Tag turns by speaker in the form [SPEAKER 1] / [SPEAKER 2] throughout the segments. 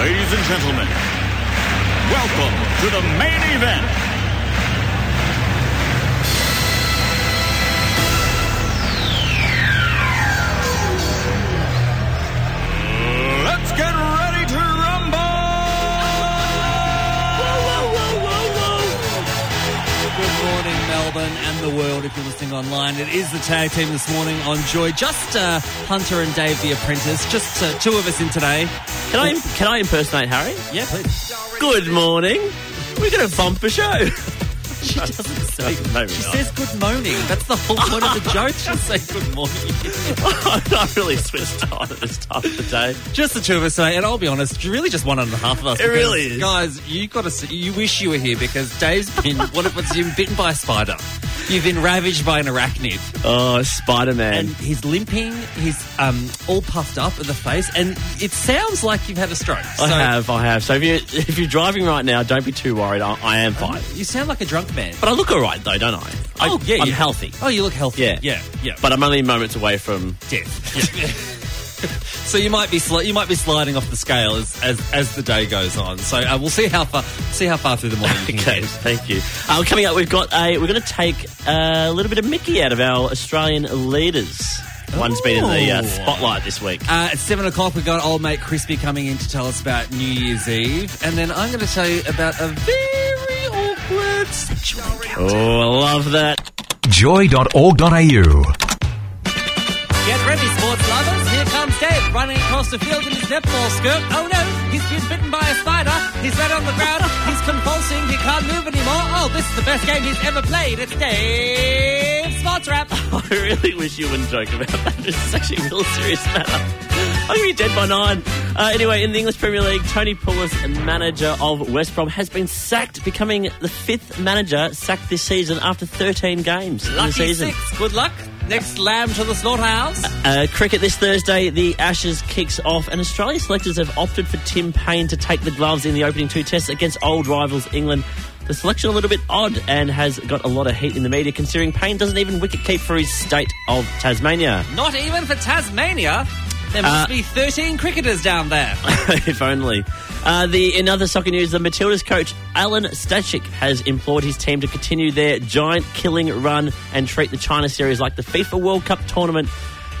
[SPEAKER 1] Ladies and gentlemen, welcome to the main event. Let's get ready to
[SPEAKER 2] Good morning, Melbourne and the world. If you're listening online, it is the tag team this morning on Joy. Just uh, Hunter and Dave, the apprentice. Just uh, two of us in today.
[SPEAKER 3] Can I can I impersonate Harry?
[SPEAKER 2] Yeah, please.
[SPEAKER 3] Good morning. We're gonna bump a show.
[SPEAKER 2] She doesn't say.
[SPEAKER 3] Maybe
[SPEAKER 2] She
[SPEAKER 3] not.
[SPEAKER 2] says good morning. That's the whole point of the joke. She says good morning.
[SPEAKER 3] I really switched on at this time of the day.
[SPEAKER 2] Just the two of us today, and I'll be honest, really just one and a half of us.
[SPEAKER 3] It
[SPEAKER 2] because,
[SPEAKER 3] really is.
[SPEAKER 2] guys. You got to. You wish you were here because Dave's been. What if it's you've been bitten by a spider? You've been ravaged by an arachnid.
[SPEAKER 3] Oh, Spider Man.
[SPEAKER 2] and he's limping. He's um, all puffed up at the face, and it sounds like you've had a stroke.
[SPEAKER 3] I have, I have. So if you if you're driving right now, don't be too worried. I, I am fine.
[SPEAKER 2] You sound like a drunk man.
[SPEAKER 3] But I look all right though, don't I? I
[SPEAKER 2] oh, yeah,
[SPEAKER 3] I'm
[SPEAKER 2] you-
[SPEAKER 3] healthy.
[SPEAKER 2] Oh, you look healthy.
[SPEAKER 3] Yeah.
[SPEAKER 2] yeah, yeah.
[SPEAKER 3] But I'm only moments away from.
[SPEAKER 2] death. Yeah. so you might be sli- you might be sliding off the scale as as, as the day goes on. So uh, we'll see how far see how far through the morning you can
[SPEAKER 3] Okay,
[SPEAKER 2] get.
[SPEAKER 3] thank you. Uh, coming up, we've got a. We're going to take a little bit of Mickey out of our Australian leaders. One's been in the uh,
[SPEAKER 2] Ooh.
[SPEAKER 3] spotlight this week.
[SPEAKER 2] Uh, at seven o'clock, we've got old mate Crispy coming in to tell us about New Year's Eve, and then I'm going to tell you about a very awkward sexual encounter.
[SPEAKER 3] Oh, I love that.
[SPEAKER 4] Joy.org.au.
[SPEAKER 2] Get ready, sports lovers. Here comes Dave running across the field in his netball skirt. Oh no, he's been bitten by a spider. He's laid on the ground. He's convulsing. He can't move anymore. Oh, this is the best game he's ever played. It's Dave Sports Rap.
[SPEAKER 3] I really wish you wouldn't joke about that. This is actually a real serious matter. I'm going to be dead by nine. Uh, anyway, in the English Premier League, Tony Pulis, manager of West Brom, has been sacked, becoming the fifth manager sacked this season after 13 games in the
[SPEAKER 2] Lucky
[SPEAKER 3] season.
[SPEAKER 2] six. Good luck. Next lamb to the slaughterhouse.
[SPEAKER 3] Uh, cricket this Thursday, the Ashes kicks off, and Australian selectors have opted for Tim Payne to take the gloves in the opening two tests against old rivals England. The selection a little bit odd and has got a lot of heat in the media, considering Payne doesn't even wicket keep for his state of Tasmania.
[SPEAKER 2] Not even for Tasmania. There must
[SPEAKER 3] Uh,
[SPEAKER 2] be 13 cricketers down there.
[SPEAKER 3] if only. Uh, the in other soccer news, the Matildas coach Alan Stachik has implored his team to continue their giant killing run and treat the China series like the FIFA World Cup tournament.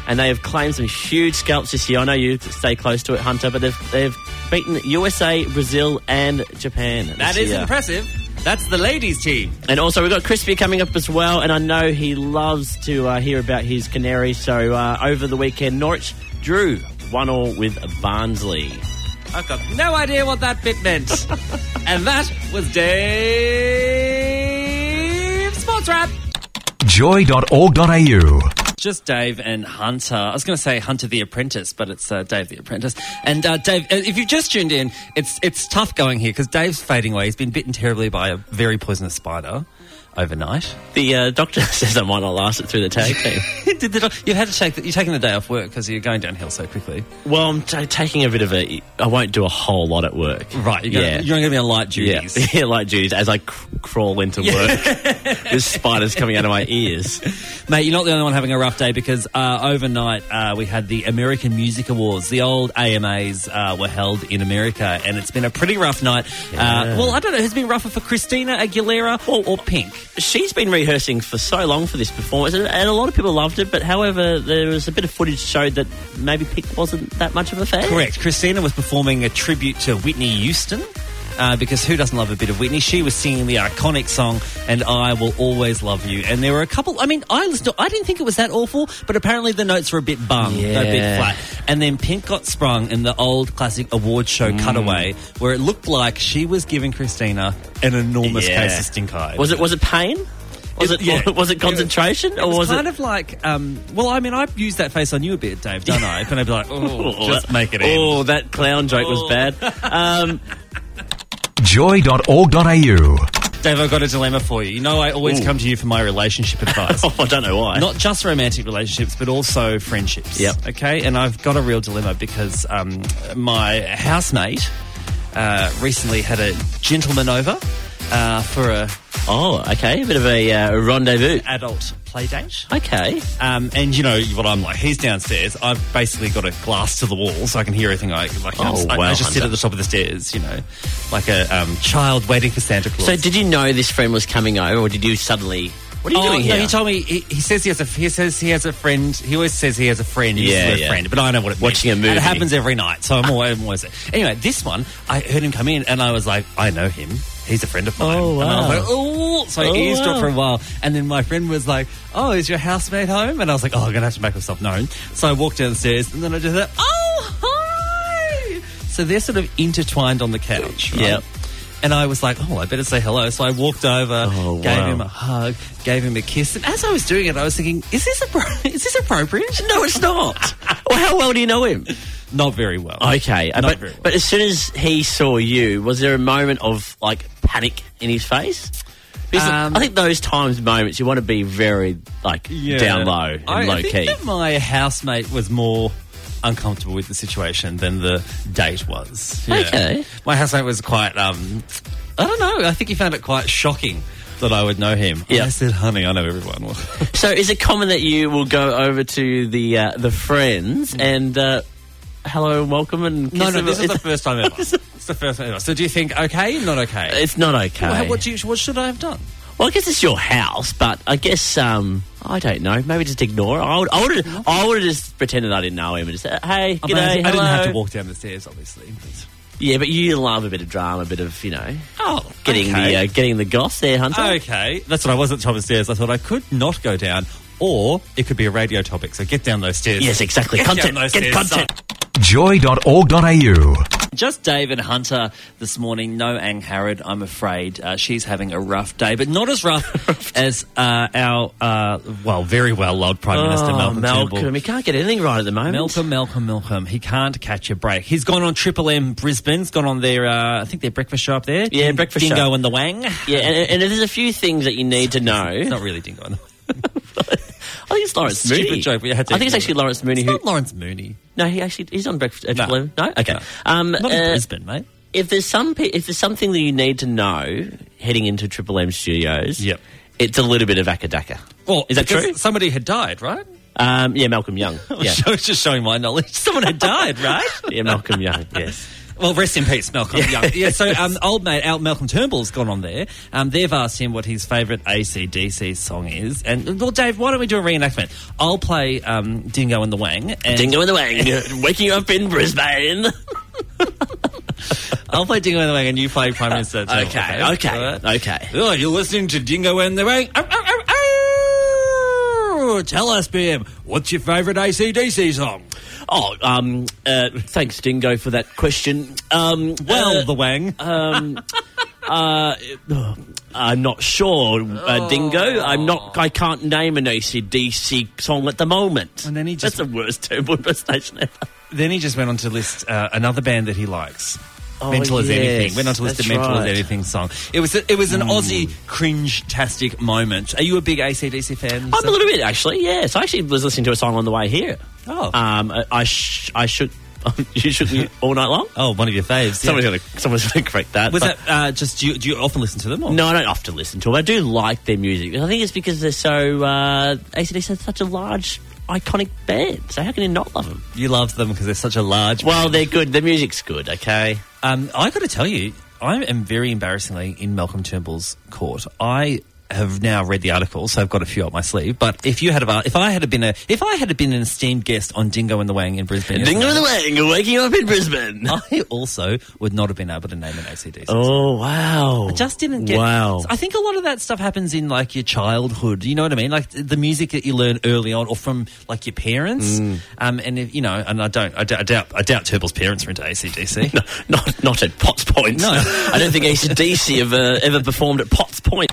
[SPEAKER 3] And they have claimed some huge scalps this year. I know you stay close to it, Hunter, but they've they've beaten USA, Brazil, and Japan. this
[SPEAKER 2] That is
[SPEAKER 3] year.
[SPEAKER 2] impressive. That's the ladies' team.
[SPEAKER 3] And also, we've got Crispy coming up as well, and I know he loves to uh, hear about his canary. So uh, over the weekend, Norwich drew one all with Barnsley.
[SPEAKER 2] I've got no idea what that bit meant. and that was Dave Sports Rap.
[SPEAKER 4] Joy.org.au.
[SPEAKER 2] Just Dave and Hunter. I was going to say Hunter the Apprentice, but it's uh, Dave the Apprentice. And uh, Dave, uh, if you've just tuned in, it's it's tough going here because Dave's fading away. He's been bitten terribly by a very poisonous spider overnight.
[SPEAKER 3] The uh, doctor says I might not last it through the tag team.
[SPEAKER 2] Did the, doc- you had to take the, you're taking the day off work because you're going downhill so quickly.
[SPEAKER 3] well, I'm t- taking a bit of a. I won't do a whole lot at work.
[SPEAKER 2] Right, you're going
[SPEAKER 3] yeah.
[SPEAKER 2] you're going to be on light
[SPEAKER 3] yeah.
[SPEAKER 2] duties.
[SPEAKER 3] yeah, like duties as I cr- crawl into work. There's spiders coming out of my ears.
[SPEAKER 2] Mate, you're not the only one having a rough day because uh, overnight uh, we had the American Music Awards. The old AMAs uh, were held in America, and it's been a pretty rough night. Uh, well, I don't know who's been rougher for Christina Aguilera or, or Pink.
[SPEAKER 3] She's been rehearsing for so long for this performance, and, and a lot of people loved it. But however, there was a bit of footage showed that maybe Pick wasn't that much of a fan.
[SPEAKER 2] Correct. Christina was performing a tribute to Whitney Houston. Uh, because who doesn't love a bit of Whitney? She was singing the iconic song "And I Will Always Love You," and there were a couple. I mean, I listened. To, I didn't think it was that awful, but apparently the notes were a bit bung, a bit
[SPEAKER 3] Yeah.
[SPEAKER 2] flat. And then Pink got sprung in the old classic award
[SPEAKER 3] Mm.
[SPEAKER 2] show cutaway, where it looked like she was giving Christina an enormous
[SPEAKER 3] Yeah.
[SPEAKER 2] case of stink eye.
[SPEAKER 3] Was it? Was it Payne? Was it,
[SPEAKER 2] yeah.
[SPEAKER 3] was it concentration or
[SPEAKER 2] It was,
[SPEAKER 3] was,
[SPEAKER 2] kind
[SPEAKER 3] it?
[SPEAKER 2] of like, um, well, I mean, I used that face on you a bit, Dave, don't I? And I'd be like, oh, just make it in.
[SPEAKER 3] Oh, that clown joke was bad. Um,
[SPEAKER 4] Joy.org.au.
[SPEAKER 2] Dave, I've got a dilemma for you. You know, I always come to you for my relationship advice.
[SPEAKER 3] oh, I don't know why.
[SPEAKER 2] Not just romantic relationships, but also friendships.
[SPEAKER 3] Yep.
[SPEAKER 2] Okay. And I've got a real dilemma because um, my housemate uh, recently had a gentleman over uh, for a
[SPEAKER 3] oh, okay. A bit of a uh, rendezvous.
[SPEAKER 2] adult play date.
[SPEAKER 3] Okay.
[SPEAKER 2] Um, and you know what I'm like. He's downstairs. I've basically got a glass to the wall, so I can hear everything. I like. I'm-
[SPEAKER 3] Oh,
[SPEAKER 2] I,
[SPEAKER 3] wow,
[SPEAKER 2] I just sit
[SPEAKER 3] Hunter.
[SPEAKER 2] at the top of the stairs, you know, like a um, child waiting for Santa Claus.
[SPEAKER 3] So, did you know this friend was coming over, or did you suddenly? What are you
[SPEAKER 2] Oh,
[SPEAKER 3] doing
[SPEAKER 2] no,
[SPEAKER 3] here?
[SPEAKER 2] he told me he, he says he has a he says he has a friend. He always says he has a friend. He
[SPEAKER 3] Yeah,
[SPEAKER 2] says a
[SPEAKER 3] yeah.
[SPEAKER 2] friend. But I know what it
[SPEAKER 3] Watching
[SPEAKER 2] means.
[SPEAKER 3] a
[SPEAKER 2] And
[SPEAKER 3] movie.
[SPEAKER 2] it happens every night, so I'm always, I'm always there. Anyway, this one I heard him come in, and I was like, I know him. He's a friend of mine.
[SPEAKER 3] Oh,
[SPEAKER 2] And I was
[SPEAKER 3] wow.
[SPEAKER 2] like, oh, so I
[SPEAKER 3] Oh,
[SPEAKER 2] eavesdropped
[SPEAKER 3] wow.
[SPEAKER 2] for a while, and then my friend was like, Oh, is your housemate home? And I was like, Oh, I'm gonna have to make myself known. So I walked downstairs, and then I just said, Oh, hi. So they're sort of intertwined on the couch. Right?
[SPEAKER 3] Yep.
[SPEAKER 2] And I was like, oh, I better say hello. So I walked over,
[SPEAKER 3] Oh,
[SPEAKER 2] gave
[SPEAKER 3] wow.
[SPEAKER 2] him a hug, gave him a kiss. And as I was doing it, I was thinking, is this appro- is this appropriate?
[SPEAKER 3] No, it's not. well, how well do you know him?
[SPEAKER 2] Not very well.
[SPEAKER 3] Okay, uh,
[SPEAKER 2] Not
[SPEAKER 3] but
[SPEAKER 2] very well.
[SPEAKER 3] but as soon as he saw you, was there a moment of like panic in his face? Because
[SPEAKER 2] Um,
[SPEAKER 3] I think those times, moments, you want to be very like down low and
[SPEAKER 2] I,
[SPEAKER 3] low
[SPEAKER 2] I think
[SPEAKER 3] key.
[SPEAKER 2] that my housemate was more uncomfortable with the situation than the date was. Yeah.
[SPEAKER 3] Okay.
[SPEAKER 2] My housemate was quite, um, I don't know, I think he found it quite shocking that I would know him. And
[SPEAKER 3] Yeah.
[SPEAKER 2] I said, honey, I know everyone.
[SPEAKER 3] So, is it common that you will go over to the uh, the friends and uh, hello and welcome and kiss
[SPEAKER 2] no, no,
[SPEAKER 3] them?
[SPEAKER 2] this is
[SPEAKER 3] it's,
[SPEAKER 2] the first time ever. it's the first time ever. So do you think okay, not okay?
[SPEAKER 3] it's not okay.
[SPEAKER 2] Well, what, do you, what should I have done?
[SPEAKER 3] Well, I guess it's your house, but I guess um, I don't know. Maybe just ignore. it. I would, I would, I would have just pretended I didn't know him and just said, "Hey,
[SPEAKER 2] I,
[SPEAKER 3] g'day,
[SPEAKER 2] mean, I didn't
[SPEAKER 3] hello."
[SPEAKER 2] have to walk down the stairs, obviously. but-
[SPEAKER 3] Yeah, but you love a bit of drama, a bit of you know,
[SPEAKER 2] Oh,
[SPEAKER 3] getting
[SPEAKER 2] okay.
[SPEAKER 3] the uh, getting the goss there, Hunter.
[SPEAKER 2] okay, that's what I was at the top of the stairs. I thought I could not go down, or it could be a radio topic. So get down those stairs.
[SPEAKER 3] Yes, exactly.
[SPEAKER 2] Get
[SPEAKER 3] Content.
[SPEAKER 2] down those
[SPEAKER 3] Get
[SPEAKER 2] stairs,
[SPEAKER 3] content.
[SPEAKER 2] son.
[SPEAKER 4] Joy.org.au.
[SPEAKER 2] Just Dave and Hunter this morning. No Ang Harrod, I'm afraid. Uh, she's having a rough day, but not as rough as uh, our, uh, well, very well loved Prime Minister
[SPEAKER 3] Oh,
[SPEAKER 2] Malcolm, Turnbull.
[SPEAKER 3] Malcolm, he can't get anything right at the moment.
[SPEAKER 2] Malcolm, Malcolm, Malcolm. He can't catch a break. He's gone on Triple M Brisbane's gone on their, uh, I think their breakfast show up there.
[SPEAKER 3] Yeah,
[SPEAKER 2] Ding-
[SPEAKER 3] breakfast
[SPEAKER 2] Dingo
[SPEAKER 3] show.
[SPEAKER 2] and the Wang.
[SPEAKER 3] Yeah, and, and there's a few things that you need to know.
[SPEAKER 2] It's not really Dingo and the Wang.
[SPEAKER 3] I think it's Oh, Lawrence
[SPEAKER 2] Stupid
[SPEAKER 3] Mooney.
[SPEAKER 2] joke, but you had to
[SPEAKER 3] I think it's
[SPEAKER 2] ignore
[SPEAKER 3] actually Lawrence
[SPEAKER 2] it.
[SPEAKER 3] Mooney
[SPEAKER 2] It's
[SPEAKER 3] who.
[SPEAKER 2] not Lawrence Mooney.
[SPEAKER 3] no, he actually he's on breakfast. at
[SPEAKER 2] No.
[SPEAKER 3] 11. no, okay.
[SPEAKER 2] No.
[SPEAKER 3] Um,
[SPEAKER 2] Not in
[SPEAKER 3] uh,
[SPEAKER 2] Brisbane, mate.
[SPEAKER 3] if there's some pe- if there's something that you need to know heading into Triple M Studios,
[SPEAKER 2] Yep.
[SPEAKER 3] it's a little bit of Akadaka.
[SPEAKER 2] Well,
[SPEAKER 3] is that
[SPEAKER 2] because
[SPEAKER 3] true?
[SPEAKER 2] Somebody had died, right?
[SPEAKER 3] Um, yeah, Malcolm Young. Yeah,
[SPEAKER 2] I was just showing my knowledge. Someone had died, right?
[SPEAKER 3] yeah, Malcolm Young. Yes.
[SPEAKER 2] Well, rest in peace, Malcolm Young. Yeah, so um, old mate Al Malcolm Turnbull's gone on there. Um, they've asked him what his favourite ACDC song is. And, well, Dave, why don't we do a reenactment? I'll play um, Dingo and the Wang. And
[SPEAKER 3] Dingo in the Wang, waking up in Brisbane.
[SPEAKER 2] Oh, I'll play Dingo and the Wang and you play Prime Minister. Turnbull,
[SPEAKER 3] okay, okay,
[SPEAKER 2] All right?
[SPEAKER 3] okay.
[SPEAKER 2] Oh, you're listening to Dingo and the Wang. oh, Ow, ow, ow, ow! oh, Tell us, Bim, what's your favourite ACDC song?
[SPEAKER 3] Oh, um, uh, thanks, Dingo, for that question. Um,
[SPEAKER 2] Well,
[SPEAKER 3] uh,
[SPEAKER 2] the Wang. um, uh,
[SPEAKER 3] I'm not sure, uh, Dingo. I'm not.
[SPEAKER 2] Oh.
[SPEAKER 3] I can't name an ACDC song at the moment.
[SPEAKER 2] And then he just-
[SPEAKER 3] That's the worst Turnbull impersonation ever.
[SPEAKER 2] Then he just went on to list uh, another band that he likes.
[SPEAKER 3] Oh,
[SPEAKER 2] Mental as
[SPEAKER 3] yes,
[SPEAKER 2] anything. Went on to list the
[SPEAKER 3] that's
[SPEAKER 2] Mental as
[SPEAKER 3] right.
[SPEAKER 2] anything song. It was a, it was an Aussie cringe-tastic moment. Are you a big ACDC fan?
[SPEAKER 3] I'm a little bit actually. Yes, I actually was listening to a song on the way here.
[SPEAKER 2] Oh.
[SPEAKER 3] um, I- I sh- I should. you shook me all night long.
[SPEAKER 2] oh, one of your faves. yeah.
[SPEAKER 3] Someone's gonna someone's gonna correct that.
[SPEAKER 2] Was
[SPEAKER 3] but-
[SPEAKER 2] that uh, just? Do you, do you often listen to them? Or?
[SPEAKER 3] No, I don't often listen to it. I do like their music. I think it's because they're so uh, ACDC is such a large, iconic band. So how can you not love them?
[SPEAKER 2] you love them because they're such a large.
[SPEAKER 3] Well, they're good. Their music's good. Okay.
[SPEAKER 2] Um, I got to tell you, I am very embarrassingly in Malcolm Turnbull's court. I have now read the article, so I've got a few up my sleeve. But if you had, have, if I had been a, if I had been an esteemed guest on Dingo and the Wang in Brisbane,
[SPEAKER 3] Dingo and the Wang, waking up in Brisbane.
[SPEAKER 2] I also would not have been able to name an ACDC.
[SPEAKER 3] Oh wow! I
[SPEAKER 2] Just didn't get.
[SPEAKER 3] Wow.
[SPEAKER 2] I think a lot of that stuff happens in like your childhood. You know what I mean? Like the music that you learn early on, or from like your parents.
[SPEAKER 5] Mm.
[SPEAKER 2] Um, and if, you know, and I don't. I, d- I doubt. I doubt Turbo's parents were into ACDC.
[SPEAKER 3] not not at Potts Point.
[SPEAKER 2] No.
[SPEAKER 3] I don't think ACDC have uh, ever performed at Potts Point.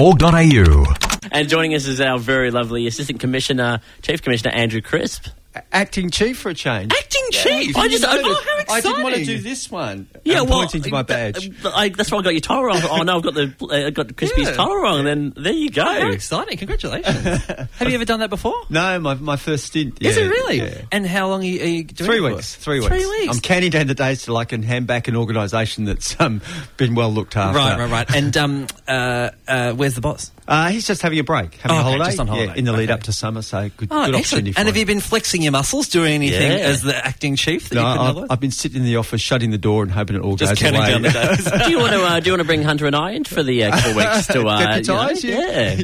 [SPEAKER 4] joy.org.au.
[SPEAKER 3] And joining us is our very lovely Assistant Commissioner, Chief Commissioner Andrew Crisp.
[SPEAKER 5] Acting chief for a change.
[SPEAKER 3] Acting Chief! I just, oh, how exciting.
[SPEAKER 5] I didn't want to do this one.
[SPEAKER 3] Yeah,
[SPEAKER 5] I'm
[SPEAKER 3] well,
[SPEAKER 5] pointing to my
[SPEAKER 3] th-
[SPEAKER 2] um,
[SPEAKER 5] badge.
[SPEAKER 3] th- I, that's why I got your title wrong. Oh no, I've got the uh, I got Crispy's
[SPEAKER 5] Yeah.
[SPEAKER 3] title wrong. And then there you go.
[SPEAKER 2] How exciting! Congratulations. Have you ever done that before?
[SPEAKER 5] no, my, my first stint.
[SPEAKER 2] Is
[SPEAKER 5] yeah,
[SPEAKER 2] it really?
[SPEAKER 5] yeah.
[SPEAKER 2] And how long are you, are you doing
[SPEAKER 5] Three
[SPEAKER 2] it for?
[SPEAKER 5] weeks. Three weeks.
[SPEAKER 2] Three weeks.
[SPEAKER 5] I'm counting down the days till I can hand back an organisation that's um, been well looked after.
[SPEAKER 2] Right, right, right. And um, uh, uh, where's the boss?
[SPEAKER 5] Uh, he's just having a break, having
[SPEAKER 2] Oh,
[SPEAKER 5] a
[SPEAKER 2] okay,
[SPEAKER 5] holiday,
[SPEAKER 2] just on
[SPEAKER 5] Yeah,
[SPEAKER 2] holiday.
[SPEAKER 5] in the lead
[SPEAKER 2] Okay.
[SPEAKER 5] up to summer. So good,
[SPEAKER 2] Oh, excellent.
[SPEAKER 5] good opportunity.
[SPEAKER 2] And
[SPEAKER 5] for
[SPEAKER 2] have you
[SPEAKER 5] him.
[SPEAKER 2] been flexing your muscles, doing anything
[SPEAKER 3] Yeah.
[SPEAKER 2] as the acting chief that
[SPEAKER 5] No,
[SPEAKER 2] you couldn't
[SPEAKER 5] I,
[SPEAKER 2] otherwise?
[SPEAKER 5] I've been sitting in the office, shutting the door, and hoping it all
[SPEAKER 2] Just
[SPEAKER 5] goes
[SPEAKER 2] counting
[SPEAKER 5] away.
[SPEAKER 2] down the days.
[SPEAKER 3] do you want to uh, do you want to bring Hunter and I in for the uh, couple weeks to uh,
[SPEAKER 5] Deputise
[SPEAKER 3] you
[SPEAKER 5] you?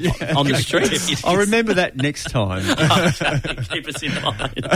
[SPEAKER 3] know, yeah, on the street?
[SPEAKER 5] I'll remember that next time.
[SPEAKER 3] Keep us in mind.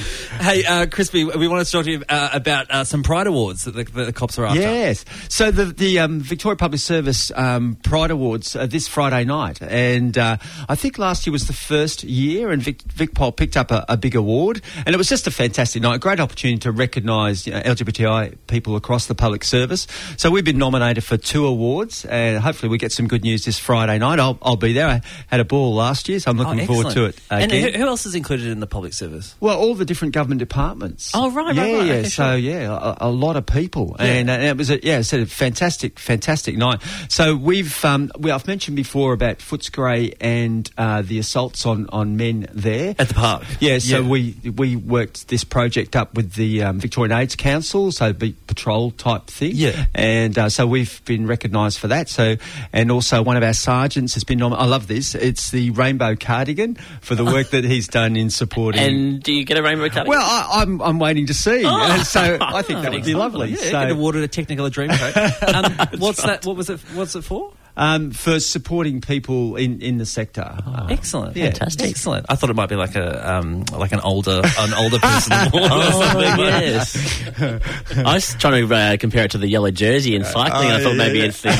[SPEAKER 2] Hey, uh, Crispy, we wanted to talk to you uh, about uh, some Pride Awards that the, that the cops are after.
[SPEAKER 5] Yes. So the the um, Victoria Public Service um, Pride Awards uh, this Friday night, and uh, I think last year was the first year, and Vic, Vic Pol picked up a, a big award, and it was just a fantastic night, a great opportunity to recognise you know, LGBTI people across the public service. So we've been nominated for two awards, and hopefully we get some good news this Friday night. I'll, I'll be there. I had a ball last year, so I'm
[SPEAKER 2] Oh,
[SPEAKER 5] looking forward to
[SPEAKER 2] excellent.
[SPEAKER 5] it. Again.
[SPEAKER 2] And who, who else is included in the public service?
[SPEAKER 5] Well, all the different government departments.
[SPEAKER 2] Oh, right, right,
[SPEAKER 5] yeah,
[SPEAKER 2] right.
[SPEAKER 5] yeah.
[SPEAKER 2] Okay,
[SPEAKER 5] so
[SPEAKER 2] sure.
[SPEAKER 5] yeah, a, a lot of people, and, uh, and it was a, yeah, it's a fantastic, fantastic night. So we've um, we, I've mentioned before about Footscray and uh, the assaults on on men there
[SPEAKER 2] At the park.
[SPEAKER 5] Yeah, so
[SPEAKER 2] Yeah.
[SPEAKER 5] we we worked this project up with the um, Victorian AIDS Council, so be patrol type thing.
[SPEAKER 2] Yeah.
[SPEAKER 5] and uh, so we've been recognised for that. So and also one of our sergeants has been. Nom- I love this. It's the rainbow cardigan for the work that he's done in supporting.
[SPEAKER 3] and do you get a rainbow cutting?
[SPEAKER 5] Well, I, I'm, I'm waiting to see. Uh, so I think that would be lovely.
[SPEAKER 2] Oh. Yeah, get
[SPEAKER 5] so,
[SPEAKER 2] awarded a Technicolor Dreamcoat. Um, what's that? What was it? What's it for?
[SPEAKER 5] um, for supporting people in, in the sector.
[SPEAKER 2] Oh.
[SPEAKER 5] Uh,
[SPEAKER 2] Excellent,
[SPEAKER 5] Yeah.
[SPEAKER 3] Fantastic.
[SPEAKER 2] excellent. I thought it might be like a um, like an older an older person award or
[SPEAKER 3] Oh,
[SPEAKER 2] something. but-
[SPEAKER 3] yes. I was trying to uh, compare it to the yellow jersey in cycling. I
[SPEAKER 5] Oh,
[SPEAKER 3] thought
[SPEAKER 5] yeah,
[SPEAKER 3] maybe
[SPEAKER 5] yeah.
[SPEAKER 3] it's the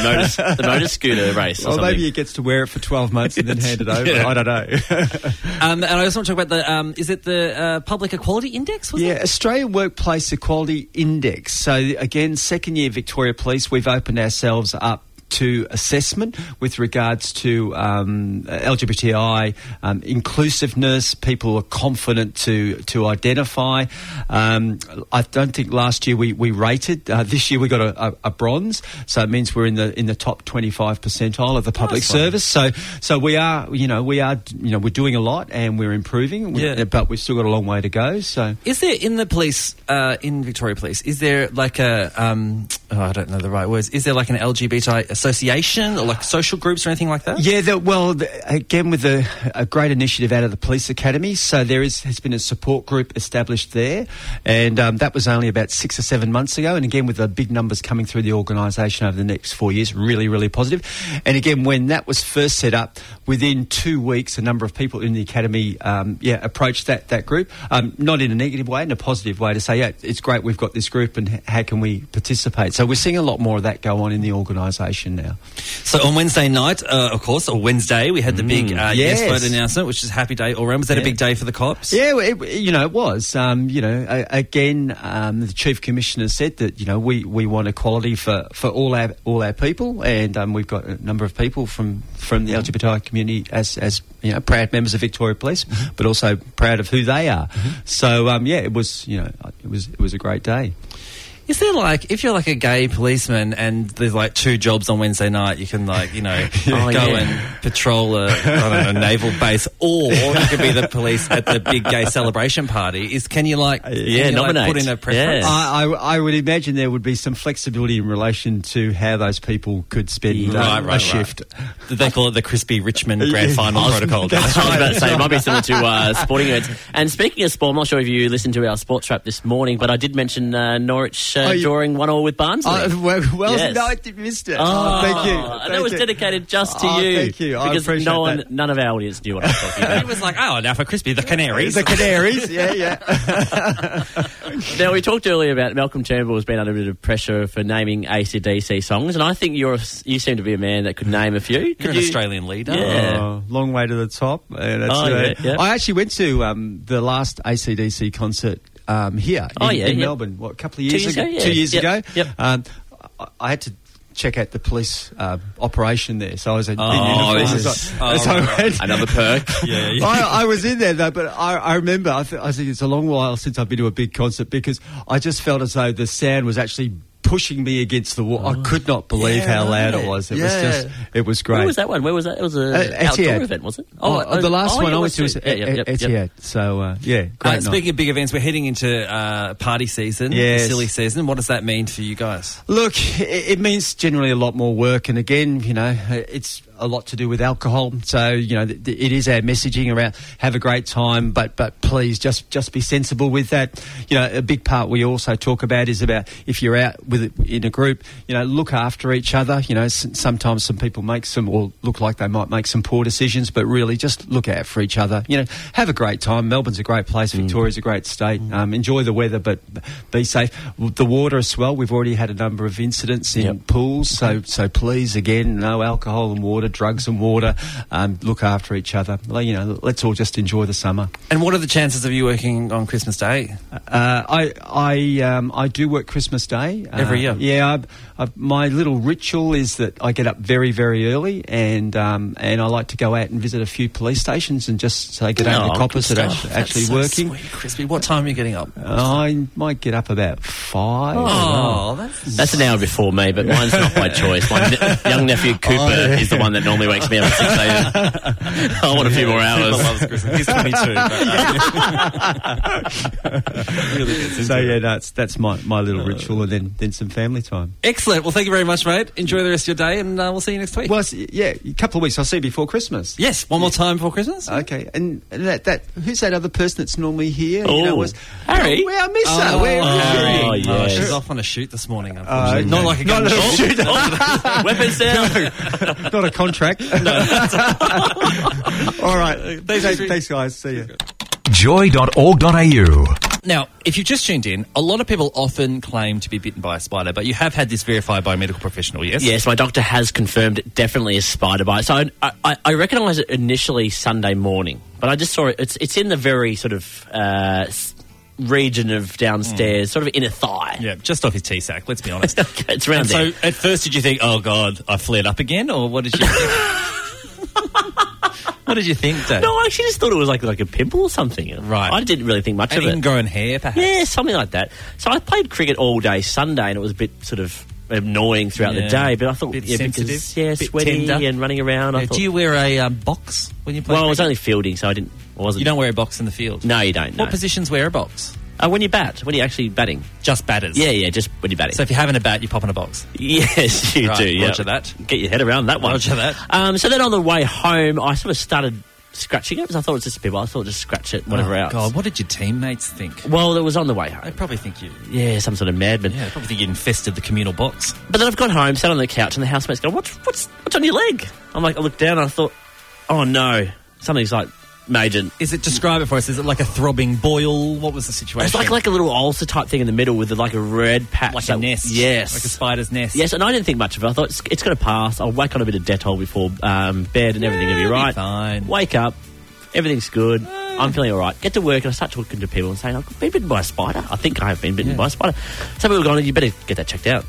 [SPEAKER 3] motor, the motor scooter race or
[SPEAKER 5] well,
[SPEAKER 3] something.
[SPEAKER 5] maybe he gets to wear it for 12 months and then hand it over.
[SPEAKER 2] Yeah.
[SPEAKER 5] I don't know.
[SPEAKER 2] Um, and I just want to talk about the um, is it the uh, Public Equality Index? Was
[SPEAKER 5] yeah,
[SPEAKER 2] it?
[SPEAKER 5] Australian Workplace Equality Index. So, again, second year Victoria Police, we've opened ourselves up. To assessment with regards to um, LGBTI um, inclusiveness, people are confident to to identify. Um, I don't think last year we, we rated. Uh, this year we got a, a, a bronze, so it means we're in the in the top twenty five percentile
[SPEAKER 2] Oh,
[SPEAKER 5] of the public
[SPEAKER 2] Nice one.
[SPEAKER 5] service. So so we are you know we are you know we're doing a lot and we're improving,
[SPEAKER 2] Yeah.
[SPEAKER 5] but we've still got a long way to go. So
[SPEAKER 2] Is there in the police uh, in Victoria Police? Is there like a um, oh, I don't know the right words. Is there like an LGBTI association or like social groups or anything like that?
[SPEAKER 5] Yeah, the, well, the, again with a, a great initiative out of the police academy. So there is has been a support group established there, and um, that was only about six or seven months ago. And again, with the big numbers coming through the organisation over the next four years, really, really positive. And again, when that was first set up, within two weeks, a number of people in the academy, um, yeah, approached that that group, um, not in a negative way, in a positive way, to say, yeah, it's great, we've got this group, and h- how can we participate? So we're seeing a lot more of that go on in the organisation now.
[SPEAKER 2] So on Wednesday night, uh, of course, or Wednesday, we had the big
[SPEAKER 3] Mm.
[SPEAKER 2] uh, yes.
[SPEAKER 5] yes.
[SPEAKER 2] vote announcement, which is happy day all round. Was that a big day for the cops?
[SPEAKER 5] Yeah, well, it, you know, it was. Um, you know, a- again, um, the chief commissioner said that you know we, we want equality for, for all our all our people, and um, we've got a number of people from, from the LGBTI community as as you know proud members of Victoria Police,
[SPEAKER 2] Mm-hmm.
[SPEAKER 5] but also proud of who they are. So um, yeah, it was you know it was it was a great day.
[SPEAKER 2] Is there like if you're like a gay policeman and there's like two jobs on Wednesday night, you can like you know go
[SPEAKER 3] yeah.
[SPEAKER 2] and patrol a I don't know, naval base, or you could be the police at the big gay celebration party. Is can you like can
[SPEAKER 3] Uh, Yeah,
[SPEAKER 2] you, like,
[SPEAKER 3] nominate.
[SPEAKER 2] put in a preference?
[SPEAKER 3] Yeah. Uh,
[SPEAKER 5] I, I, I would imagine there would be some flexibility in relation to how those people could spend uh,
[SPEAKER 2] Right, right,
[SPEAKER 5] a
[SPEAKER 2] right.
[SPEAKER 5] shift.
[SPEAKER 2] They call it the crispy Richmond Grand Final Protocol.
[SPEAKER 3] That's what I was about to say. It might be similar to uh, sporting events. And speaking of sport, I'm not sure if you listened to our sports wrap this morning, but I did mention uh, Norwich uh,
[SPEAKER 5] Oh, you-
[SPEAKER 3] drawing one all with Barnsley.
[SPEAKER 5] Uh, well, well
[SPEAKER 3] Yes.
[SPEAKER 5] no, I did- missed it.
[SPEAKER 3] Oh,
[SPEAKER 5] Oh, thank you.
[SPEAKER 3] and that
[SPEAKER 5] Thank
[SPEAKER 3] was
[SPEAKER 5] you.
[SPEAKER 3] dedicated just to
[SPEAKER 5] Oh,
[SPEAKER 3] you.
[SPEAKER 5] Thank you. I
[SPEAKER 3] Because
[SPEAKER 5] appreciate
[SPEAKER 3] no one,
[SPEAKER 5] that.
[SPEAKER 3] none of our audience knew what I was talking about.
[SPEAKER 2] it was like oh now for crispy the Canaries.
[SPEAKER 5] The Canaries, yeah, yeah.
[SPEAKER 3] Now, we talked earlier about Malcolm Turnbull has been under a bit of pressure for naming ACDC songs, and I think you're a, you seem to be a man that could name a few. Could
[SPEAKER 2] You're an
[SPEAKER 3] you-
[SPEAKER 2] Australian leader.
[SPEAKER 3] Yeah.
[SPEAKER 5] Oh, long way to the top. and it's,
[SPEAKER 3] Oh,
[SPEAKER 5] uh,
[SPEAKER 3] yeah, yeah.
[SPEAKER 5] I actually went to um, the last ACDC concert um, here
[SPEAKER 3] Oh,
[SPEAKER 5] in,
[SPEAKER 3] yeah,
[SPEAKER 5] in
[SPEAKER 3] yeah.
[SPEAKER 5] Melbourne, what, a couple of
[SPEAKER 3] Two
[SPEAKER 5] years,
[SPEAKER 3] years
[SPEAKER 5] ago?
[SPEAKER 3] ago, yeah.
[SPEAKER 5] Two years
[SPEAKER 3] Yep,
[SPEAKER 5] ago.
[SPEAKER 3] yep.
[SPEAKER 5] Um, I- I had to check out the police uh, operation there. So I was a,
[SPEAKER 2] Oh,
[SPEAKER 5] uniform.
[SPEAKER 2] this
[SPEAKER 5] As
[SPEAKER 2] is-
[SPEAKER 5] I, as
[SPEAKER 2] oh,
[SPEAKER 5] I
[SPEAKER 2] right.
[SPEAKER 5] went-
[SPEAKER 6] Another perk.
[SPEAKER 2] Yeah,
[SPEAKER 3] Oh,
[SPEAKER 2] yeah.
[SPEAKER 5] I, I was in there though, but I, I remember. I, th- I think it's a long while since I've been to a big concert because I just felt as though the sound was actually pushing me against the wall. I could not believe
[SPEAKER 3] Yeah,
[SPEAKER 5] how loud
[SPEAKER 3] right.
[SPEAKER 5] it was. It
[SPEAKER 2] Oh. Yeah.
[SPEAKER 5] was just, it was great.
[SPEAKER 3] Where was that one? Where was that? It was an
[SPEAKER 5] Uh,
[SPEAKER 3] outdoor
[SPEAKER 5] Etihad.
[SPEAKER 3] event, was it?
[SPEAKER 5] Oh, uh, the last
[SPEAKER 3] one
[SPEAKER 5] one I went to was
[SPEAKER 3] yeah, yeah,
[SPEAKER 5] E-
[SPEAKER 3] yep,
[SPEAKER 5] E-
[SPEAKER 3] yep.
[SPEAKER 5] Etihad. So uh, yeah, great
[SPEAKER 2] Uh,
[SPEAKER 5] night.
[SPEAKER 2] speaking of big events, we're heading into uh, party season,
[SPEAKER 5] Yes.
[SPEAKER 2] silly season. What does that mean for you guys?
[SPEAKER 5] Look, i- it means generally a lot more work, and again, you know, it's a lot to do with alcohol. So, you know, th- th- it is our messaging around have a great time, but but please just just be sensible with that. You know, a big part we also talk about is about if you're out with in a group, you know, look after each other. You know, s- sometimes some people make some or look like they might make some poor decisions, but really just look out for each other. You know, have a great time. Melbourne's a great place. Victoria's a great state. Um, enjoy the weather, but be safe. W- The water as well. We've already had a number of incidents in
[SPEAKER 3] Yep.
[SPEAKER 5] pools, so so please again, no alcohol and water, drugs and water. Um, look after each other. Well, You know, let's all just enjoy the summer.
[SPEAKER 2] And what are the chances of you working on Christmas Day?
[SPEAKER 5] Uh, I I um, I do work Christmas Day uh,
[SPEAKER 2] Every year.
[SPEAKER 5] Yeah, I've, I've, my little ritual is that I get up very very early and um, and I like to go out and visit a few police stations and just say good day to
[SPEAKER 3] Oh,
[SPEAKER 5] the coppers
[SPEAKER 3] good
[SPEAKER 5] that are
[SPEAKER 3] stuff.
[SPEAKER 5] actually, actually
[SPEAKER 2] So
[SPEAKER 5] working.
[SPEAKER 2] sweet, crispy. What time are you getting up?
[SPEAKER 5] I might get up about five.
[SPEAKER 2] Oh, that's
[SPEAKER 3] That's an hour before me, but mine's not by choice. My ne- young nephew Cooper
[SPEAKER 5] Oh,
[SPEAKER 3] is the one that normally wakes me up at 6 a.m. I want a few more hours.
[SPEAKER 2] He's 22.
[SPEAKER 5] so yeah, that's that's my, my little ritual, and then then some family time.
[SPEAKER 2] Excellent. Well, thank you very much, mate. Enjoy the rest of your day, and uh, we'll see you next week.
[SPEAKER 5] Well, it's- yeah, a couple of weeks. I'll see you before Christmas.
[SPEAKER 2] yes, one more time before Christmas.
[SPEAKER 5] Okay, and that, that who's that other person that's normally here? you know,
[SPEAKER 3] Oh,
[SPEAKER 5] was-
[SPEAKER 3] Harry.
[SPEAKER 5] Oh, well, I miss her. Where-
[SPEAKER 3] Harry.
[SPEAKER 2] Oh,
[SPEAKER 3] yeah.
[SPEAKER 2] she's off on a shoot this morning.
[SPEAKER 5] Uh,
[SPEAKER 2] unfortunately. Not
[SPEAKER 5] okay.
[SPEAKER 2] like a
[SPEAKER 5] Not
[SPEAKER 2] gun shoot.
[SPEAKER 3] Weapons down.
[SPEAKER 5] Not a contract. All right.
[SPEAKER 2] Thanks,
[SPEAKER 5] Thanks,
[SPEAKER 2] Richard.
[SPEAKER 5] thanks, guys. See you.
[SPEAKER 4] Joy.org.au.
[SPEAKER 2] Now, if you've just tuned in, a lot of people often claim to be bitten by a spider, but you have had this verified by a medical professional, yes?
[SPEAKER 3] Yes, my doctor has confirmed it definitely is spider bite. So I, I, I recognised it initially Sunday morning, but I just saw it. It's, it's in the very sort of uh, s- region of downstairs, sort of inner thigh.
[SPEAKER 2] Mm. Yeah, just off his tea sack, let's be honest.
[SPEAKER 3] Okay, it's around
[SPEAKER 2] And
[SPEAKER 3] there.
[SPEAKER 2] so at first, did you think, oh, God, I flared up again? Or what did you think? what did you think, Dave?
[SPEAKER 3] no, I actually just thought it was like like a pimple or something.
[SPEAKER 2] Right.
[SPEAKER 3] I didn't really think much
[SPEAKER 2] An
[SPEAKER 3] of it.
[SPEAKER 2] ingrown hair, perhaps?
[SPEAKER 3] Yeah, something like that. So I played cricket all day Sunday, and it was a bit sort of annoying throughout
[SPEAKER 2] Yeah.
[SPEAKER 3] the day. But I thought,
[SPEAKER 2] Bit
[SPEAKER 3] yeah,
[SPEAKER 2] sensitive,
[SPEAKER 3] because yeah,
[SPEAKER 2] bit
[SPEAKER 3] sweaty
[SPEAKER 2] tender.
[SPEAKER 3] and running around. I
[SPEAKER 2] Yeah,
[SPEAKER 3] thought,
[SPEAKER 2] do you wear a um, box when you play?
[SPEAKER 3] well, I was
[SPEAKER 2] cricket?
[SPEAKER 3] only fielding, so I didn't. I wasn't.
[SPEAKER 2] You don't wear a box in the field.
[SPEAKER 3] No, you don't. No.
[SPEAKER 2] What Oh, positions wear a box?
[SPEAKER 3] Uh, when you bat, when you're actually batting.
[SPEAKER 2] Just batters.
[SPEAKER 3] Yeah, yeah, just when you're batting.
[SPEAKER 2] So if you're having a bat, you pop in a box.
[SPEAKER 3] yes, you
[SPEAKER 2] Right,
[SPEAKER 3] do. Yeah.
[SPEAKER 2] roger that.
[SPEAKER 3] Get your head around that one.
[SPEAKER 2] Roger that.
[SPEAKER 3] Um, so then on the way home, I sort of started scratching it because I thought it was just a pimple. I thought just scratch it, whatever
[SPEAKER 2] Oh,
[SPEAKER 3] else.
[SPEAKER 2] God, what did your teammates think?
[SPEAKER 3] Well, it was on the way
[SPEAKER 2] They
[SPEAKER 3] home.
[SPEAKER 2] probably think you.
[SPEAKER 3] Yeah, some sort of madman.
[SPEAKER 2] Yeah, they probably think you infested the communal box.
[SPEAKER 3] But then I've got home, sat on the couch, and the housemate's going, "What's what's what's on your leg?" I'm like, I looked down, and I thought, "Oh no, something's like major."
[SPEAKER 2] Is it describe it for us? Is it like a throbbing boil? What was the situation?
[SPEAKER 3] It's like like a little ulcer type thing in the middle with like a red patch,
[SPEAKER 2] like a
[SPEAKER 3] that-
[SPEAKER 2] nest.
[SPEAKER 3] Yes,
[SPEAKER 2] like a spider's nest.
[SPEAKER 3] Yes, and I didn't think much of it. I thought it's, it's going to pass. I'll whack on a bit of Dettol before um, bed, and everything will be
[SPEAKER 2] it'll be
[SPEAKER 3] right.
[SPEAKER 2] fine.
[SPEAKER 3] Wake up, everything's good. I'm feeling all right. Get to work, and I start talking to people and saying, "I've been bitten by a spider. I think I have been bitten by a spider." Some people are going, "You better get that checked out."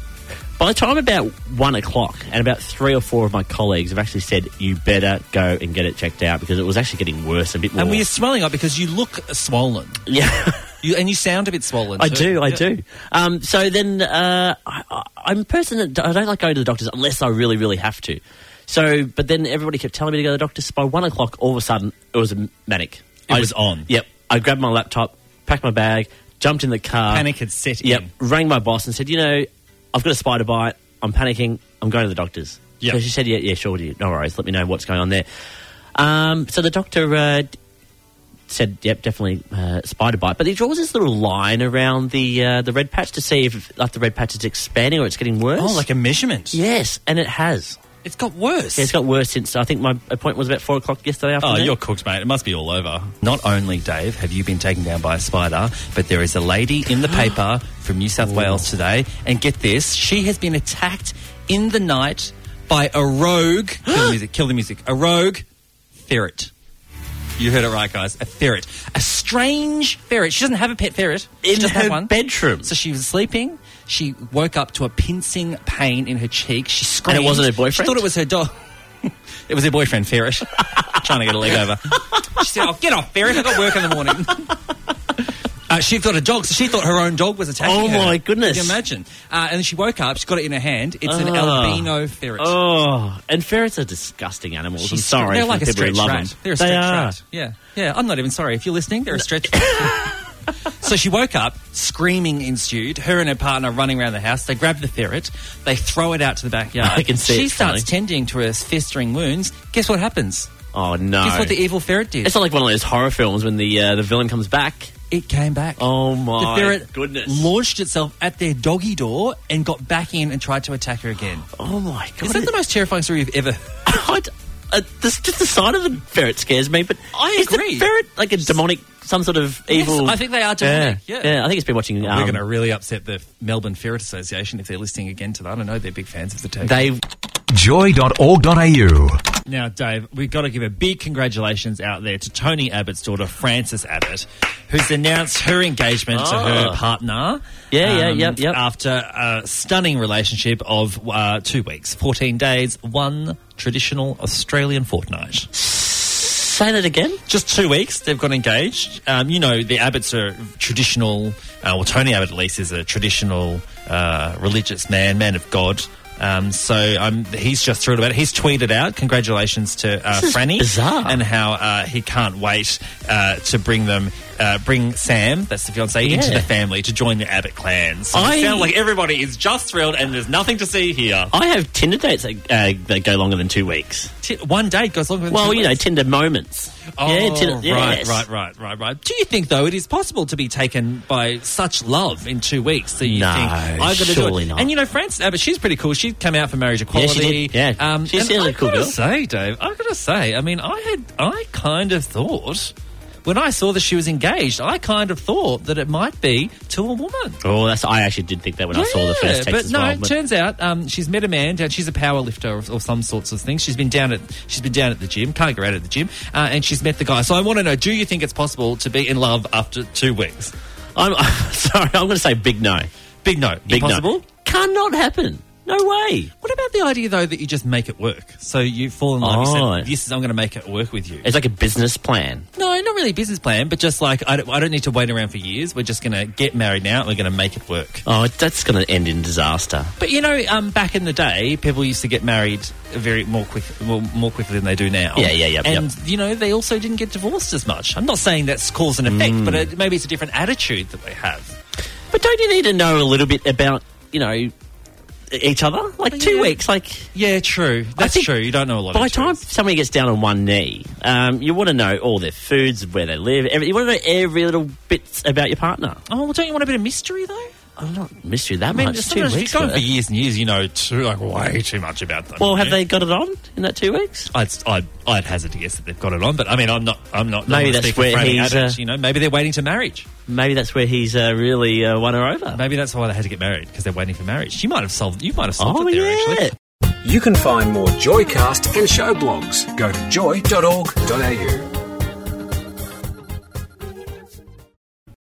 [SPEAKER 3] By the time about one o'clock, and about three or four of my colleagues have actually said, "You better go and get it checked out," because it was actually getting worse, a bit more.
[SPEAKER 2] And were you swelling up because you look swollen?
[SPEAKER 3] yeah.
[SPEAKER 2] You and you sound a bit swollen.
[SPEAKER 3] I
[SPEAKER 2] too.
[SPEAKER 3] do, I
[SPEAKER 2] Yeah.
[SPEAKER 3] do. Um, so then uh, I, I- I'm a person that d- I don't like going to the doctors unless I really, really have to. So, but then everybody kept telling me to go to the doctors. by one o'clock, all of a sudden, it was m- manic.
[SPEAKER 2] It
[SPEAKER 3] I
[SPEAKER 2] was on.
[SPEAKER 3] Yep. I grabbed my laptop, packed my bag, jumped in the car.
[SPEAKER 2] Panic had set
[SPEAKER 3] Yep.
[SPEAKER 2] in.
[SPEAKER 3] Rang my boss and said, you know, I've got a spider bite. I'm panicking. I'm going to the doctors.
[SPEAKER 2] Yep.
[SPEAKER 3] So she said, yeah, yeah, sure, dear. No worries. Let me know what's going on there. Um, so the doctor uh, said, "Yep, definitely uh, spider bite." But he draws this little line around the uh, the red patch to see if like the red patch is expanding or it's getting worse.
[SPEAKER 2] Oh, like a measurement.
[SPEAKER 3] yes, and it has.
[SPEAKER 2] it's got worse.
[SPEAKER 3] Yeah, it's got worse since I think my appointment was about four o'clock yesterday
[SPEAKER 2] Oh,
[SPEAKER 3] afternoon.
[SPEAKER 2] you're cooked, mate. It must be all over. Not only, Dave, have you been taken down by a spider, but there is a lady in the paper from New South Wales today. And get this, she has been attacked in the night by a rogue. kill the music, kill the music. A rogue ferret. You heard it right, guys. A ferret. A strange ferret. She doesn't have a pet ferret. She
[SPEAKER 3] in
[SPEAKER 2] doesn't have
[SPEAKER 3] her
[SPEAKER 2] one.
[SPEAKER 3] bedroom.
[SPEAKER 2] So she was sleeping. She woke up to a pincing pain in her cheek. She screamed.
[SPEAKER 3] And it wasn't her
[SPEAKER 2] She
[SPEAKER 3] boyfriend?
[SPEAKER 2] thought it was her dog. it was her boyfriend, Ferret. Trying to get a leg over. She said, oh, get off, Ferret. I've got work in the morning. Uh, she got a dog, so she thought her own dog was attacking
[SPEAKER 3] Oh,
[SPEAKER 2] her.
[SPEAKER 3] my goodness.
[SPEAKER 2] Can you imagine? Uh, and then she woke up, she got it in her hand. It's an
[SPEAKER 3] Oh.
[SPEAKER 2] albino ferret.
[SPEAKER 3] Oh, and ferrets are disgusting animals.
[SPEAKER 2] She's
[SPEAKER 3] I'm sorry.
[SPEAKER 2] They're
[SPEAKER 3] for
[SPEAKER 2] like
[SPEAKER 3] the
[SPEAKER 2] a
[SPEAKER 3] people who love
[SPEAKER 2] stretch rat.
[SPEAKER 3] them.
[SPEAKER 2] They're a
[SPEAKER 3] They
[SPEAKER 2] stretch
[SPEAKER 3] are.
[SPEAKER 2] rat. Yeah, yeah. I'm not even sorry. If you're listening, they're a stretch. so she woke up screaming in Jude. Her and her partner running around the house. They grab the ferret. They throw it out to the backyard.
[SPEAKER 3] I can see
[SPEAKER 2] She
[SPEAKER 3] it
[SPEAKER 2] starts
[SPEAKER 3] coming.
[SPEAKER 2] tending to her festering wounds. Guess what happens?
[SPEAKER 3] Oh no!
[SPEAKER 2] Guess what the evil ferret did?
[SPEAKER 3] it's not like one of those horror films when the uh, the villain comes back.
[SPEAKER 2] it came back.
[SPEAKER 3] Oh my
[SPEAKER 2] the ferret
[SPEAKER 3] goodness!
[SPEAKER 2] launched itself at their doggy door and got back in and tried to attack her again.
[SPEAKER 3] Oh my god!
[SPEAKER 2] Is that the most terrifying story you've ever?
[SPEAKER 3] I d- uh, this, just the sign of the ferret scares me, but
[SPEAKER 2] I
[SPEAKER 3] is
[SPEAKER 2] agree.
[SPEAKER 3] the ferret like a demonic, some sort of evil?
[SPEAKER 2] I think they are demonic, yeah.
[SPEAKER 3] I think it's been watching.
[SPEAKER 2] We're
[SPEAKER 3] Um,
[SPEAKER 2] going to really upset the Melbourne Ferret Association if they're listening again to that. I don't know. They're big fans of the take.
[SPEAKER 3] they
[SPEAKER 4] Joy.org.au.
[SPEAKER 2] Now, Dave, we've got to give a big congratulations out there to Tony Abbott's daughter, Frances Abbott, who's announced her engagement to her
[SPEAKER 3] Ah.
[SPEAKER 2] partner. um,
[SPEAKER 3] Yeah, yeah, yep, yep.
[SPEAKER 2] After a stunning relationship of uh, two weeks, 14 days, one traditional Australian fortnight.
[SPEAKER 3] say that again.
[SPEAKER 2] Just two weeks, they've got engaged. Um, you know, the Abbotts are traditional, uh, well, Tony Abbott at least is a traditional uh, religious man, man of God. Um, so um, he's just thrilled about it. He's tweeted out congratulations to uh, Franny
[SPEAKER 3] bizarre.
[SPEAKER 2] and how uh, he can't wait uh, to bring them, uh, bring Sam, that's the fiance, into
[SPEAKER 3] Yeah.
[SPEAKER 2] the family to join the Abbott clan. So it
[SPEAKER 3] I-
[SPEAKER 2] sounds like everybody is just thrilled and there's nothing to see here.
[SPEAKER 3] I have Tinder dates that, uh, that go longer than two weeks.
[SPEAKER 2] T- One day goes longer than
[SPEAKER 3] Well,
[SPEAKER 2] two
[SPEAKER 3] you know,
[SPEAKER 2] weeks.
[SPEAKER 3] Tinder moments.
[SPEAKER 2] Oh,
[SPEAKER 3] Tinder-
[SPEAKER 2] right,
[SPEAKER 3] yes.
[SPEAKER 2] right, right, right, right. Do you think though it is possible to be taken by such love in two weeks that you
[SPEAKER 3] No,
[SPEAKER 2] think I've got to do
[SPEAKER 3] surely
[SPEAKER 2] it?
[SPEAKER 3] not.
[SPEAKER 2] And you know, Frances Abbott, she's pretty cool. She's come out for marriage
[SPEAKER 3] she
[SPEAKER 2] equality. Um,
[SPEAKER 3] did. Yeah. She
[SPEAKER 2] and
[SPEAKER 3] seems
[SPEAKER 2] I
[SPEAKER 3] like a cool
[SPEAKER 2] gotta
[SPEAKER 3] girl.
[SPEAKER 2] say, Dave, I gotta say, I mean, I had, I kind of thought. When I saw that she was engaged, I kind of thought that it might be to a woman.
[SPEAKER 3] Oh, that's. I actually did think that when I saw the first text
[SPEAKER 2] but
[SPEAKER 3] as
[SPEAKER 2] no,
[SPEAKER 3] well.
[SPEAKER 2] it turns out um, she's met a man. down- She's a power lifter or, or some sorts of things. She's been down at she's been down at the gym. Can't get out of the gym, uh, and she's met the guy. So I want to know: Do you think it's possible to be in love after two weeks?
[SPEAKER 3] I'm sorry. I'm going to say big no.
[SPEAKER 2] Big no,
[SPEAKER 3] Big
[SPEAKER 2] impossible.
[SPEAKER 3] no. Cannot happen. No way.
[SPEAKER 2] What about the idea though that you just make it work? So you fall in love.
[SPEAKER 3] Oh.
[SPEAKER 2] You say, "This is I'm going to make it work with you."
[SPEAKER 3] It's like a business plan.
[SPEAKER 2] No, not really a business plan, but just like I don't, I don't need to wait around for years. We're just going to get married now, and we're going to make it work.
[SPEAKER 3] Oh, that's going to end in disaster.
[SPEAKER 2] But you know, um, back in the day, people used to get married very more quick, more, more quickly than they do now.
[SPEAKER 3] Yeah, yeah, yep,
[SPEAKER 2] And you know, they also didn't get divorced as much. I'm not saying that's cause and effect, but
[SPEAKER 3] Mm.
[SPEAKER 2] it, maybe it's a different attitude that they have.
[SPEAKER 3] But don't you need to know a little bit about, you know, each other? Like two
[SPEAKER 2] Oh, Yeah.
[SPEAKER 3] weeks. Like
[SPEAKER 2] Yeah, true. That's
[SPEAKER 3] think
[SPEAKER 2] true. You don't know a lot.
[SPEAKER 3] by the
[SPEAKER 2] of
[SPEAKER 3] time
[SPEAKER 2] truths.
[SPEAKER 3] somebody gets down on one knee, um, you want to know all their foods, where they live. Every, you want to know every little bits about your partner.
[SPEAKER 2] Oh, well, don't you want a bit of mystery though?
[SPEAKER 3] I'm not mystery that
[SPEAKER 2] I mean,
[SPEAKER 3] much. Oh, It's two
[SPEAKER 2] sometimes if
[SPEAKER 3] weeks.
[SPEAKER 2] you're going for
[SPEAKER 3] worth.
[SPEAKER 2] years and years, you know, too like way too much about them.
[SPEAKER 3] Well, have
[SPEAKER 2] you know?
[SPEAKER 3] they got it on in that two weeks?
[SPEAKER 2] I'd, I'd, I'd hazard to guess that they've got it on, but I mean, I'm not. I'm not.
[SPEAKER 3] Maybe
[SPEAKER 2] not
[SPEAKER 3] that's
[SPEAKER 2] speaking
[SPEAKER 3] where
[SPEAKER 2] for any
[SPEAKER 3] he's,
[SPEAKER 2] adults,
[SPEAKER 3] uh,
[SPEAKER 2] you know, maybe they're waiting to marriage.
[SPEAKER 3] Maybe that's where he's uh, really uh, won her over.
[SPEAKER 2] Maybe that's why they had to get married because they're waiting for marriage. You might have solved. You might have solved
[SPEAKER 3] Oh
[SPEAKER 2] it there
[SPEAKER 3] yeah.
[SPEAKER 2] actually.
[SPEAKER 4] You can find more Joycast
[SPEAKER 7] And show blogs.
[SPEAKER 4] Go to joy.org.au.